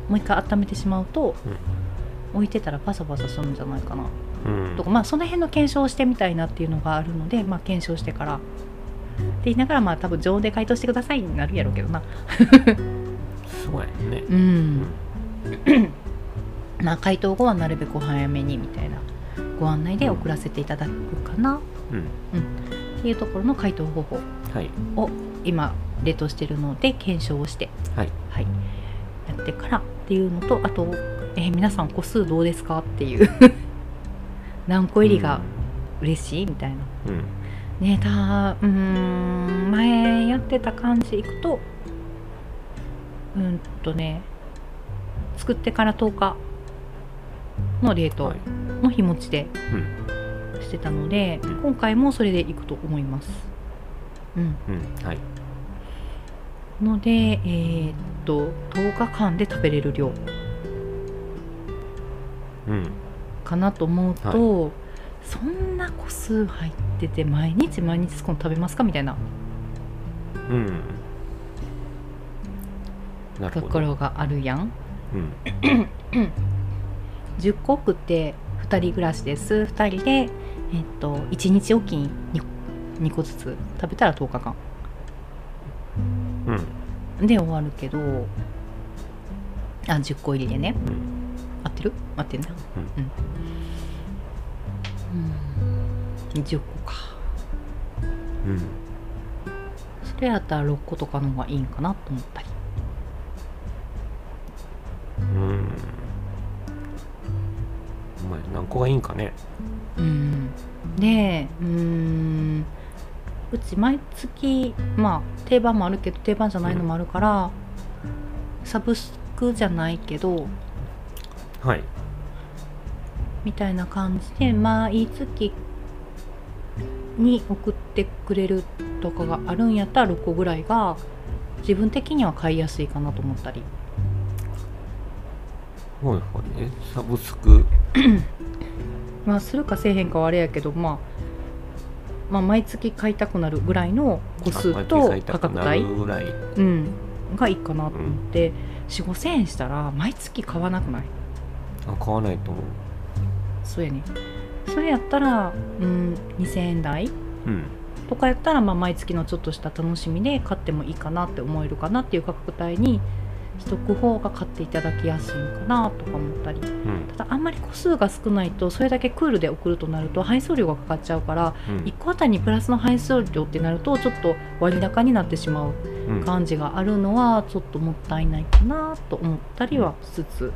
Speaker 1: もう一回温めてしまうと、置いてたらパサパサするんじゃないかな
Speaker 2: うん
Speaker 1: とかまあその辺の検証をしてみたいなっていうのがあるのでまあ検証してからって言いながらまあ多分常温で解凍してくださいになるやろうけどな
Speaker 2: そうやね
Speaker 1: う
Speaker 2: うん
Speaker 1: んまあ解凍後はなるべくお早めにみたいなご案内で送らせていただくかな
Speaker 2: うん
Speaker 1: っていうところの解凍方法
Speaker 2: はい
Speaker 1: を今冷凍してるので検証をして、
Speaker 2: はい
Speaker 1: やってからっていうのとあと、えー皆さん個数どうですかっていう [laughs] 何個入りが嬉しいみたいな
Speaker 2: うんうん
Speaker 1: ねたうーん前やってた感じいくとうんとね作ってから10日の冷凍
Speaker 2: はい
Speaker 1: の日持ちで
Speaker 2: うん
Speaker 1: してたので、
Speaker 2: うん
Speaker 1: 今回もそれでいくと思います。うん、
Speaker 2: うんはい
Speaker 1: ので、えーっと10日間で食べれる量
Speaker 2: うん
Speaker 1: かなと思うと、そんな個数入ってて毎日毎日この食べますかみたいな
Speaker 2: うんなる
Speaker 1: と
Speaker 2: ほ
Speaker 1: こ
Speaker 2: ど
Speaker 1: ろがあるやん。
Speaker 2: うん
Speaker 1: 10個食って2人暮らしです2人で、えっと1日おきに 2, 個ずつ食べたら10日間
Speaker 2: うん
Speaker 1: で終わるけどあ10個入りでね
Speaker 2: うん
Speaker 1: 合ってる合ってんなうん、うん、10個か
Speaker 2: うん
Speaker 1: それやったら6個とかの方がいいんかなと思ったり
Speaker 2: うんお前何個がいいんかね
Speaker 1: うんでうーんうち毎月まあ定番もあるけど定番じゃないのもあるから、サブスクじゃないけど
Speaker 2: はい
Speaker 1: みたいな感じで毎月に送ってくれるとかがあるんやったら6個ぐらいが自分的には買いやすいかなと思ったり
Speaker 2: はいはいえサブスク
Speaker 1: まあするかせえへんかはあれやけど、まあ、まあ毎月買いたくなるぐらいの個数と価格帯
Speaker 2: ぐらい
Speaker 1: うん、がいいかなと思って、4 5千円したら毎月買わなくない
Speaker 2: あ買わないと思う
Speaker 1: そうやねそれやったら、うん、2,000円台
Speaker 2: うん
Speaker 1: とかやったら、まあ、毎月のちょっとした楽しみで買ってもいいかなって思えるかなっていう価格帯にしとく方が買っていただきやすいのかなとか思ったり
Speaker 2: うん
Speaker 1: ただあんまり個数が少ないとそれだけクールで送るとなると配送料がかかっちゃうから
Speaker 2: うん
Speaker 1: 1個あたりにプラスの配送料ってなるとちょっと割高になってしまう
Speaker 2: うんは
Speaker 1: 感じがあるのはちょっともったいないかなと思ったりはしつつ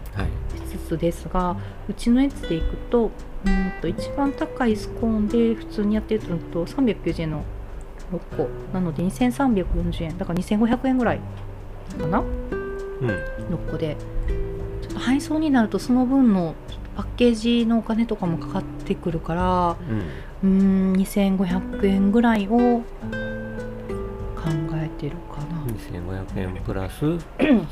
Speaker 2: い
Speaker 1: しつつですがうちのやつでいくとうーんと一番高いスコーンで普通にやってると390円の6個なので2340円だから2500円ぐらいかな
Speaker 2: うん
Speaker 1: 6個でちょっと配送になるとその分のパッケージのお金とかもかかってくるから
Speaker 2: うん
Speaker 1: うーん2500円ぐらいを考えてるかな。
Speaker 2: 2500円プラス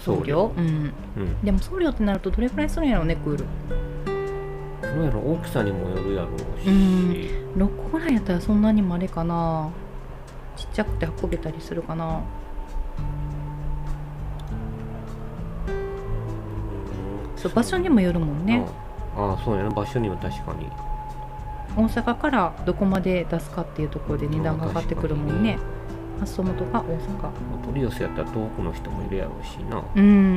Speaker 1: 送料、うん、
Speaker 2: うん
Speaker 1: でも送料ってなるとどれくらいするんやろうねクール
Speaker 2: そのやろ大きさにもよるやろうし
Speaker 1: うん6個ぐらいやったらそんなにもあれかなちっちゃくて運べたりするかなそう場所にもよるもんね
Speaker 2: ああそうやな場所には確かに
Speaker 1: 大阪からどこまで出すかっていうところで値段が上がってくるもんね発送元が大阪
Speaker 2: まあ取り寄せやったら遠くの人もいるやろうしな
Speaker 1: うんうんうんうん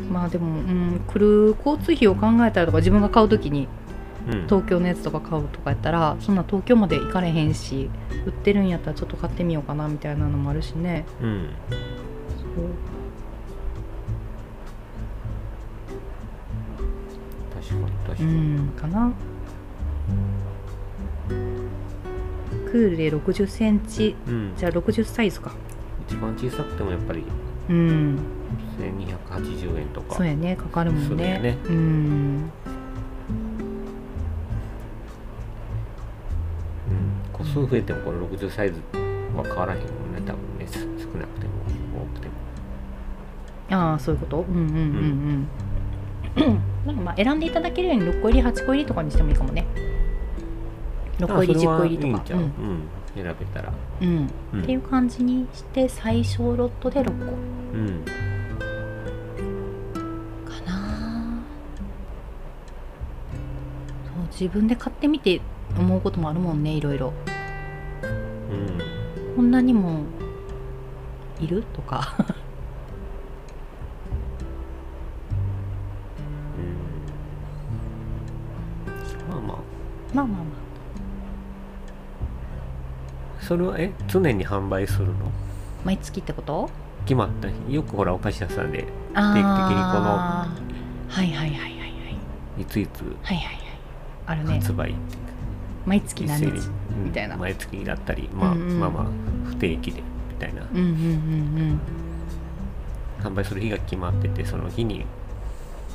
Speaker 1: うんまあでも、うん、来る交通費を考えたらとか自分が買う時に
Speaker 2: うん
Speaker 1: 東京のやつとか買うとかやったらそんな東京まで行かれへんし売ってるんやったらちょっと買ってみようかなみたいなのもあるしね
Speaker 2: うん
Speaker 1: そう
Speaker 2: 確かに確か
Speaker 1: う
Speaker 2: に、
Speaker 1: んかなクールで6 0センチ
Speaker 2: うん
Speaker 1: じゃあ60サイズか
Speaker 2: 一番小さくてもやっぱり
Speaker 1: うん
Speaker 2: 1280円とか
Speaker 1: そうやねかかるも
Speaker 2: そ
Speaker 1: ん
Speaker 2: うだ
Speaker 1: ね
Speaker 2: よね
Speaker 1: うん
Speaker 2: うん、個数増えてもこの60サイズは変わらへんもんね多分ねす少なくても多くても
Speaker 1: ああそういうことうんうんうんうん [clears throat] なんかまあ選んでいただけるように6個入り8個入りとかにしてもいいかもね6個入り
Speaker 2: あそれ
Speaker 1: 10
Speaker 2: は
Speaker 1: 個入りと
Speaker 2: いいん
Speaker 1: か
Speaker 2: ちゃう、うん選べたら、
Speaker 1: うんうん
Speaker 2: うん、
Speaker 1: っていう感じにして最小ロットで6個
Speaker 2: うん
Speaker 1: かなそう自分で買ってみて思うこともあるもんねいろいろ
Speaker 2: うん
Speaker 1: こんなにもいるとか
Speaker 2: うんまあま
Speaker 1: [laughs] まあまあま
Speaker 2: あそれはえ常に販売するの
Speaker 1: あ毎月ってこと
Speaker 2: 決まった日よくほらお菓子屋さんで
Speaker 1: あ定期的にこのはいはいはいはいはい
Speaker 2: いついつ
Speaker 1: はいはいはいあるね
Speaker 2: 発売、
Speaker 1: 毎月何
Speaker 2: 一
Speaker 1: 日
Speaker 2: 斉にうん
Speaker 1: みたいな
Speaker 2: 毎月になったり、まあ
Speaker 1: うんうん
Speaker 2: まあまあ不定期でみたいな
Speaker 1: うんうんうん
Speaker 2: 販売する日が決まっててその日に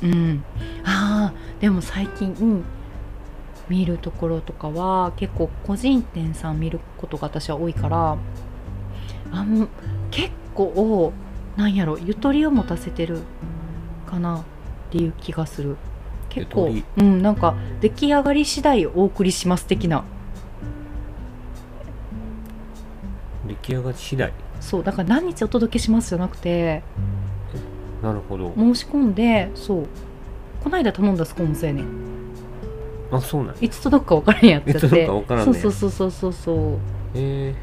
Speaker 1: うんうんあーでも最近、うん、見るところとかは結構個人店さん見ることが私は多いからあん結構なんやろゆとりを持たせてるかなっていう気がする結構
Speaker 2: ゆと、
Speaker 1: うん、なんか出来上がり次第お送りします的な
Speaker 2: 出来上がり次第
Speaker 1: そうだから何日お届けしますじゃなくて
Speaker 2: なるほど
Speaker 1: 申し込んでそうこないだ頼んだスコーンもそうやねん
Speaker 2: あそうなんや
Speaker 1: いつ届くか分からんやっちゃって
Speaker 2: いつ届くか分からんねや
Speaker 1: そうそうそうそうそう
Speaker 2: え
Speaker 1: っ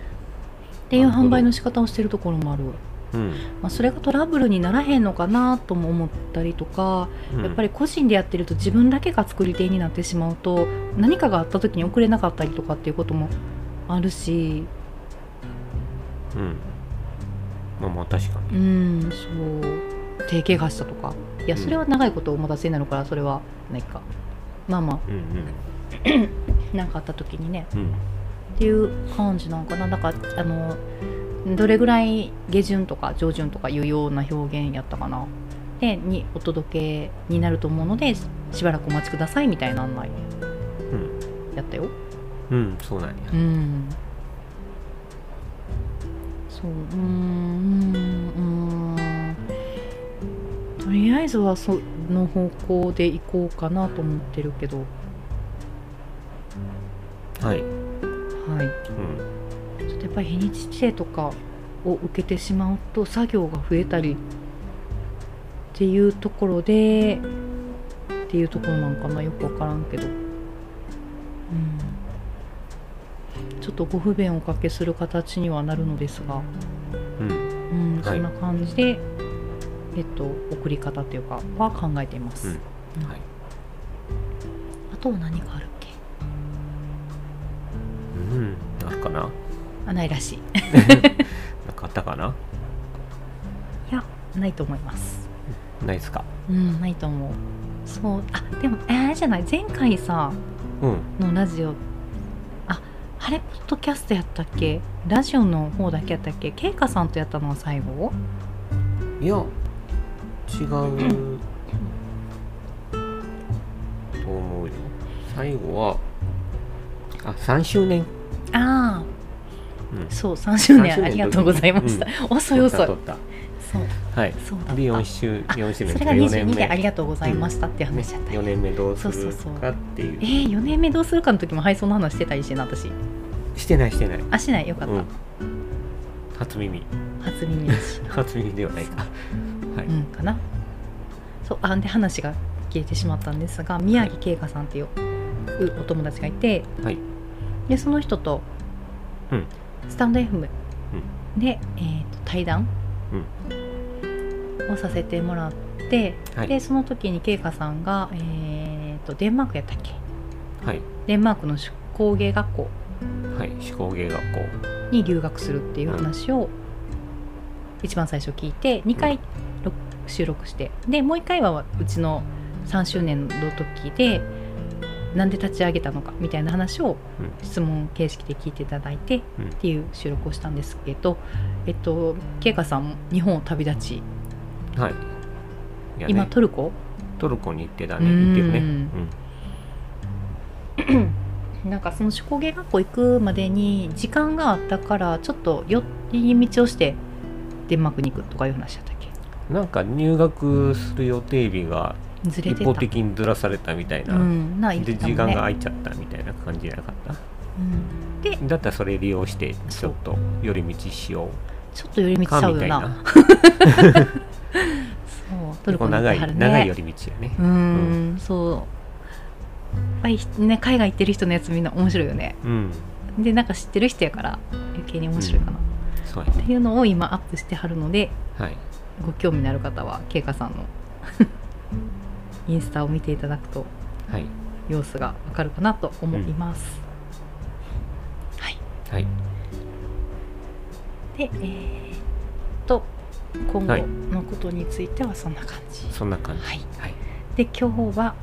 Speaker 1: ていう販売の仕方をしてるところもある、
Speaker 2: ーうん
Speaker 1: まあ、それがトラブルにならへんのかなとも思ったりとか、
Speaker 2: うん、
Speaker 1: やっぱり個人でやってると自分だけが作り手になってしまうと何かがあった時に送れなかったりとかっていうこともあるし
Speaker 2: うんまあまあ確かに
Speaker 1: うんそう手怪我したとかいやそれは長いことお待たせになるからそれはないかまあま
Speaker 2: うん
Speaker 1: あ何かあった時にね
Speaker 2: うんうん
Speaker 1: っていう感じなんかなだからあのどれぐらい下旬とか上旬とかいうような表現やったかなでにお届けになると思うのでししばらくお待ちくださいみたいな案内
Speaker 2: うん
Speaker 1: やったよ
Speaker 2: うんそうなんや
Speaker 1: うんそううーんうーんとりあえずはその方向で行こうかなと思ってるけど
Speaker 2: はい、う
Speaker 1: はい
Speaker 2: ん、
Speaker 1: ちょっとやっぱり日にち指定とかを受けてしまうと作業が増えたりっていうところでっていうところなんかなよく分からんけど、うん、ちょっとご不便をおかけする形にはなるのですが、
Speaker 2: うん
Speaker 1: うん
Speaker 2: はい
Speaker 1: そんな感じで、えっと、送り方というかは考えています、
Speaker 2: うんはい
Speaker 1: あとは何があるっけ
Speaker 2: うんあるかな
Speaker 1: あないらしいい
Speaker 2: なんかあったかな
Speaker 1: やないと思います
Speaker 2: ないっすか
Speaker 1: うんないと思うそうあでもえーあれじゃない前回さ
Speaker 2: うん
Speaker 1: のラジオああれポッドキャストやったっけラジオの方だけやったっけケイカさんとやったのは最後
Speaker 2: いや違うと思うよ最後はあ3周年
Speaker 1: ああ
Speaker 2: うん
Speaker 1: そう3周
Speaker 2: 3周年の
Speaker 1: 年
Speaker 2: 時
Speaker 1: ありがとうございました、遅い遅い
Speaker 2: 撮った撮っ
Speaker 1: そう
Speaker 2: たはい
Speaker 1: そうだった
Speaker 2: で4周
Speaker 1: あ
Speaker 2: 4周年
Speaker 1: それが22でありがとうございましたっていう話だった、
Speaker 2: 4年目どうす
Speaker 1: そう
Speaker 2: る
Speaker 1: そうそう
Speaker 2: かっていう
Speaker 1: えー、4年目どうするかの時も配送の話してたりしてな私
Speaker 2: してないしてない
Speaker 1: あしないよかった、
Speaker 2: うん初耳
Speaker 1: 初耳だし
Speaker 2: 初耳ではないかはい、
Speaker 1: うんかなそうあで話が消えてしまったんですが宮城慶香さんっていううお友達がいて、
Speaker 2: はい
Speaker 1: でその人と、
Speaker 2: うん
Speaker 1: スタンド FM で、えーと対談をさせてもらって、
Speaker 2: はい
Speaker 1: でその時に慶香さんが、えー、とデンマークやったっけ
Speaker 2: はい
Speaker 1: デンマークの手工芸学校
Speaker 2: はい手工芸学校
Speaker 1: に留学するっていう話を一番最初聞いて2回録収録してでもう1回はうちの3周年の時でなんで立ち上げたのかみたいな話を
Speaker 2: うん
Speaker 1: 質問形式で聞いていただいてっ
Speaker 2: うん
Speaker 1: ていう収録をしたんですけど、えっと慶香さんも日本を旅立ち、
Speaker 2: はいいやね
Speaker 1: 今トルコ
Speaker 2: トルコに行ってたね行ってるね
Speaker 1: うんなんかその手工芸学校行くまでに時間があったからちょっと寄り道をしてデンマークに行くとかいう話だったっけ
Speaker 2: うんなんか入学する予定日が
Speaker 1: ずれ
Speaker 2: 一
Speaker 1: てた
Speaker 2: 方的にずらされたみたいな、
Speaker 1: うん、な言って
Speaker 2: で
Speaker 1: た
Speaker 2: 時
Speaker 1: もん
Speaker 2: 間
Speaker 1: ね
Speaker 2: が空いちゃったみたいな感じじゃなかった
Speaker 1: うん、
Speaker 2: だったらそれ利用してち
Speaker 1: そ
Speaker 2: ょ
Speaker 1: う
Speaker 2: っと寄り道しよ
Speaker 1: ちょっと寄り
Speaker 2: う
Speaker 1: 道し
Speaker 2: か
Speaker 1: ちゃう
Speaker 2: み
Speaker 1: よ
Speaker 2: たい
Speaker 1: なそう
Speaker 2: な
Speaker 1: ト
Speaker 2: 結
Speaker 1: ルコに
Speaker 2: 構
Speaker 1: 行っ
Speaker 2: 長
Speaker 1: てはる
Speaker 2: い
Speaker 1: ね
Speaker 2: 長い寄り道やね
Speaker 1: うーん、そうやっぱりね海外行ってる人のやつみんな面白いよね
Speaker 2: うん
Speaker 1: でなんか知ってる人やから余計に面白いかな、
Speaker 2: そうやね
Speaker 1: っていうのを今アップしてはるので
Speaker 2: はい
Speaker 1: ご興味のある方はけいかさんの [laughs] インスタを見ていただくと
Speaker 2: はい
Speaker 1: 様子がわかるかなと思います、はい
Speaker 2: はい
Speaker 1: でえー、っと今後
Speaker 2: はい
Speaker 1: のことについてはそんな感じ、
Speaker 2: そんな感じ
Speaker 1: はい
Speaker 2: はい
Speaker 1: で今日は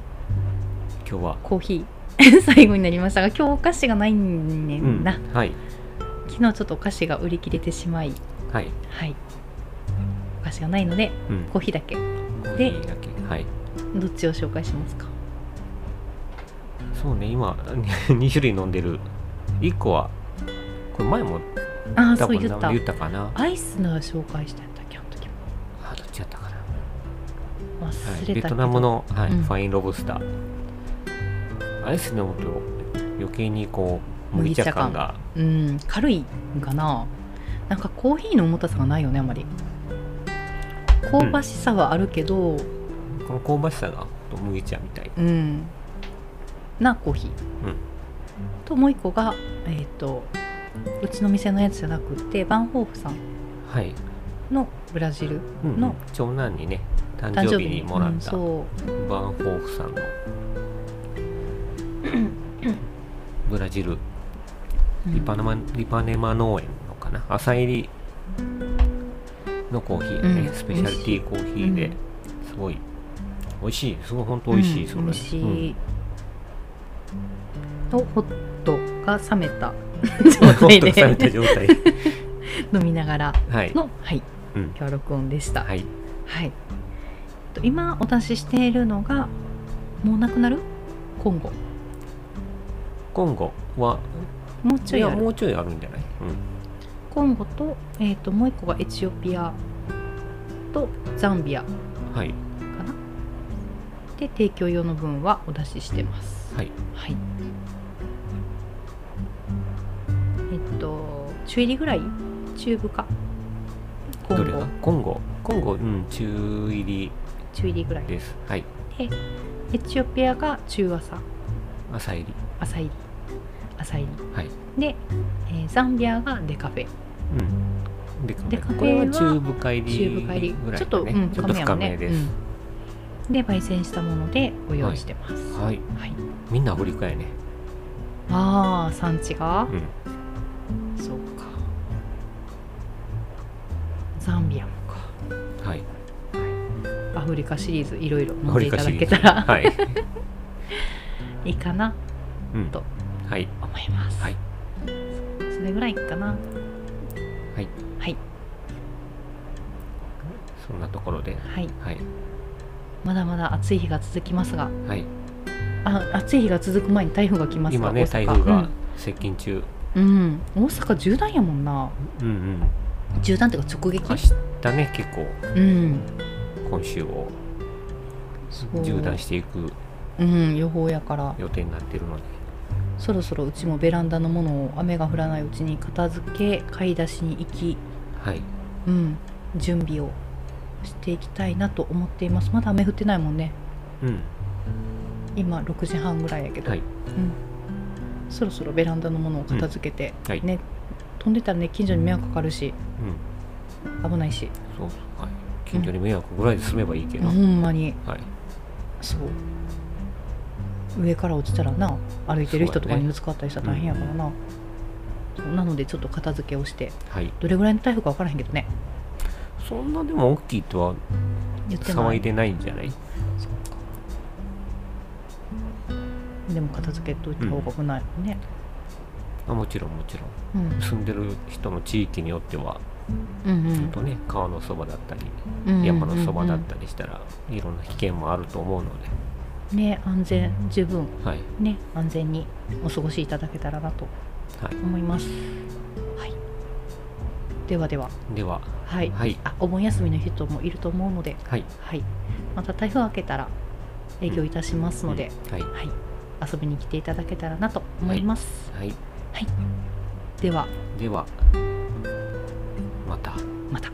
Speaker 2: 今日は
Speaker 1: コーヒー [laughs] 最後になりましたが今日お菓子がないねんな、
Speaker 2: はい
Speaker 1: 昨日ちょっとお菓子が売り切れてしまい
Speaker 2: はい
Speaker 1: はいお菓子がないので
Speaker 2: うん
Speaker 1: コーヒーだけ
Speaker 2: コーヒ
Speaker 1: で
Speaker 2: ーだけはい
Speaker 1: どっちを紹介しますか
Speaker 2: そうね今 [laughs] 2種類飲んでる1個はこれ前も
Speaker 1: ああ
Speaker 2: 多
Speaker 1: そう
Speaker 2: 分
Speaker 1: 言った
Speaker 2: 言ったかな
Speaker 1: アイスの紹介したんだっけあの時も
Speaker 2: あどっちやったかな
Speaker 1: 忘れ
Speaker 2: は
Speaker 1: た
Speaker 2: い、
Speaker 1: け
Speaker 2: ベ
Speaker 1: ど、
Speaker 2: トナムの、はい
Speaker 1: うん
Speaker 2: ファインロブスターアイス飲むと余計にこう麦茶感が
Speaker 1: うん軽いんかななんかコーヒーの重たさがないよねあまり香ばしさはあるけど
Speaker 2: この香ばしさが麦茶みたい
Speaker 1: うん、なコーヒー、
Speaker 2: うん
Speaker 1: ともう一個がえっ、とうちの店のやつじゃなくてバンホーフさん
Speaker 2: はい、
Speaker 1: のブラジル
Speaker 2: うんうん
Speaker 1: の
Speaker 2: 長男にね誕
Speaker 1: 誕
Speaker 2: 生
Speaker 1: 生
Speaker 2: 日
Speaker 1: 日に
Speaker 2: にもら
Speaker 1: う
Speaker 2: っ
Speaker 1: ん
Speaker 2: た、
Speaker 1: そ
Speaker 2: バンホーフさ
Speaker 1: [clears throat]
Speaker 2: んのブラジル
Speaker 1: う、うん
Speaker 2: リパネマリパネマ農園のかな朝入りのコーヒーだね、
Speaker 1: うん
Speaker 2: スペシャルティーコーヒーで
Speaker 1: うん
Speaker 2: すごい美味しいすごい本当美味しい、
Speaker 1: うん
Speaker 2: それ
Speaker 1: 美味し
Speaker 2: うん
Speaker 1: い、とホットが冷めた状
Speaker 2: ほっ
Speaker 1: 態
Speaker 2: とされた
Speaker 1: で
Speaker 2: 状態
Speaker 1: 飲みながら
Speaker 2: はい、
Speaker 1: のはい
Speaker 2: うん
Speaker 1: 今日は録音でした、
Speaker 2: はい、
Speaker 1: はい。と今お出ししているのがもうなくなる？今後
Speaker 2: 今後は
Speaker 1: もうちょ
Speaker 2: い
Speaker 1: い
Speaker 2: や
Speaker 1: ある。
Speaker 2: もうちょいあるんじゃない、
Speaker 1: 今後とえっ、ともう一個がエチオピアとザンビアか
Speaker 2: うん、はい
Speaker 1: な。で提供用の分はお出ししてます。
Speaker 2: はい
Speaker 1: はい。えっ、と中入りぐらい？中部か。今
Speaker 2: どれが
Speaker 1: 後
Speaker 2: 今後今後うん中入り
Speaker 1: 中入りぐらい。
Speaker 2: ですはい
Speaker 1: エチオピアが中朝
Speaker 2: 朝入り
Speaker 1: 朝入り朝入り。
Speaker 2: はい
Speaker 1: で、えーザンビアがデカフェ
Speaker 2: うんで
Speaker 1: でカフェは
Speaker 2: これは中深入
Speaker 1: 中
Speaker 2: り
Speaker 1: 部
Speaker 2: ぐら
Speaker 1: 帰
Speaker 2: い、
Speaker 1: り
Speaker 2: ね、
Speaker 1: ちょっと、うん、
Speaker 2: ちょっと深め
Speaker 1: やも
Speaker 2: で
Speaker 1: ん
Speaker 2: す、
Speaker 1: うんで焙煎したものでご用意してます、
Speaker 2: はい、
Speaker 1: はい
Speaker 2: みんなアフリカやね
Speaker 1: ああ産地が
Speaker 2: う、ん
Speaker 1: そうかザンビアも
Speaker 2: はい
Speaker 1: かアフリカシリーズいろいろ
Speaker 2: ア
Speaker 1: 飲ん
Speaker 2: フ
Speaker 1: で
Speaker 2: リ
Speaker 1: い
Speaker 2: カ
Speaker 1: た
Speaker 2: シ
Speaker 1: だ
Speaker 2: リー
Speaker 1: け
Speaker 2: ズ
Speaker 1: たら
Speaker 2: はい、
Speaker 1: いいかな
Speaker 2: うん
Speaker 1: と、
Speaker 2: はい
Speaker 1: 思います、
Speaker 2: はい
Speaker 1: それぐらいかな
Speaker 2: はい
Speaker 1: はい
Speaker 2: そんなところで
Speaker 1: はい
Speaker 2: はい
Speaker 1: まだまだ暑い日が続きますが
Speaker 2: はい
Speaker 1: あ暑い日が続く前に台風が来ますが
Speaker 2: 今ね
Speaker 1: 大阪
Speaker 2: 台風が接近中、
Speaker 1: うん、うん、大阪縦断やもんな
Speaker 2: うん、うんうん
Speaker 1: 縦断っていうか直
Speaker 2: 明
Speaker 1: 撃
Speaker 2: 日ね結構
Speaker 1: うん
Speaker 2: 今週を
Speaker 1: そう
Speaker 2: 縦断していく
Speaker 1: うん予報やから
Speaker 2: 予定になってるので
Speaker 1: そろそろうちもベランダのものを雨が降らないうちに片付け買い出しに行き、
Speaker 2: はい
Speaker 1: うん、準備をしていきたいなと思っていますまだ雨降ってないもんね
Speaker 2: うん
Speaker 1: 今6時半ぐらいやけど、
Speaker 2: はい
Speaker 1: そろそろベランダのものを片付けて、
Speaker 2: うんはい
Speaker 1: ね、飛んでたらね近所に迷惑かかるし
Speaker 2: うん
Speaker 1: 危ないし、
Speaker 2: そうそうはい近所に迷惑ぐらいで済めばいいけど、
Speaker 1: ほんまに
Speaker 2: はい
Speaker 1: そう上から落ちたらな歩いてる人とかにぶつかったりしたら大変やからな、そうなのでちょっと片付けをして
Speaker 2: はい
Speaker 1: どれぐらいの台風か分からへんけどね
Speaker 2: そんなでも大きいとは
Speaker 1: 言ってな
Speaker 2: 騒い
Speaker 1: い
Speaker 2: でないんじゃない
Speaker 1: でも片付けといた方が危ないもんね、
Speaker 2: あもちろんもちろん
Speaker 1: うんうん、
Speaker 2: 住んでる人の地域によっては、
Speaker 1: うんうん
Speaker 2: ちょっとね川のそばだったり
Speaker 1: うんうんうん
Speaker 2: 山のそばだったりしたら、いろんな危険もあると思うので、
Speaker 1: ね安全十分
Speaker 2: はい
Speaker 1: ね安全にお過ごしいただけたらなと
Speaker 2: はい、
Speaker 1: 思いますはいではでは
Speaker 2: では
Speaker 1: はい、
Speaker 2: はい
Speaker 1: あお盆休みの人もいると思うので
Speaker 2: はい
Speaker 1: はいまた台風明けたら営業いたしますので、
Speaker 2: はいは
Speaker 1: はい遊びに来ていただけたらなと思います、
Speaker 2: い
Speaker 1: では
Speaker 2: ではまた。
Speaker 1: また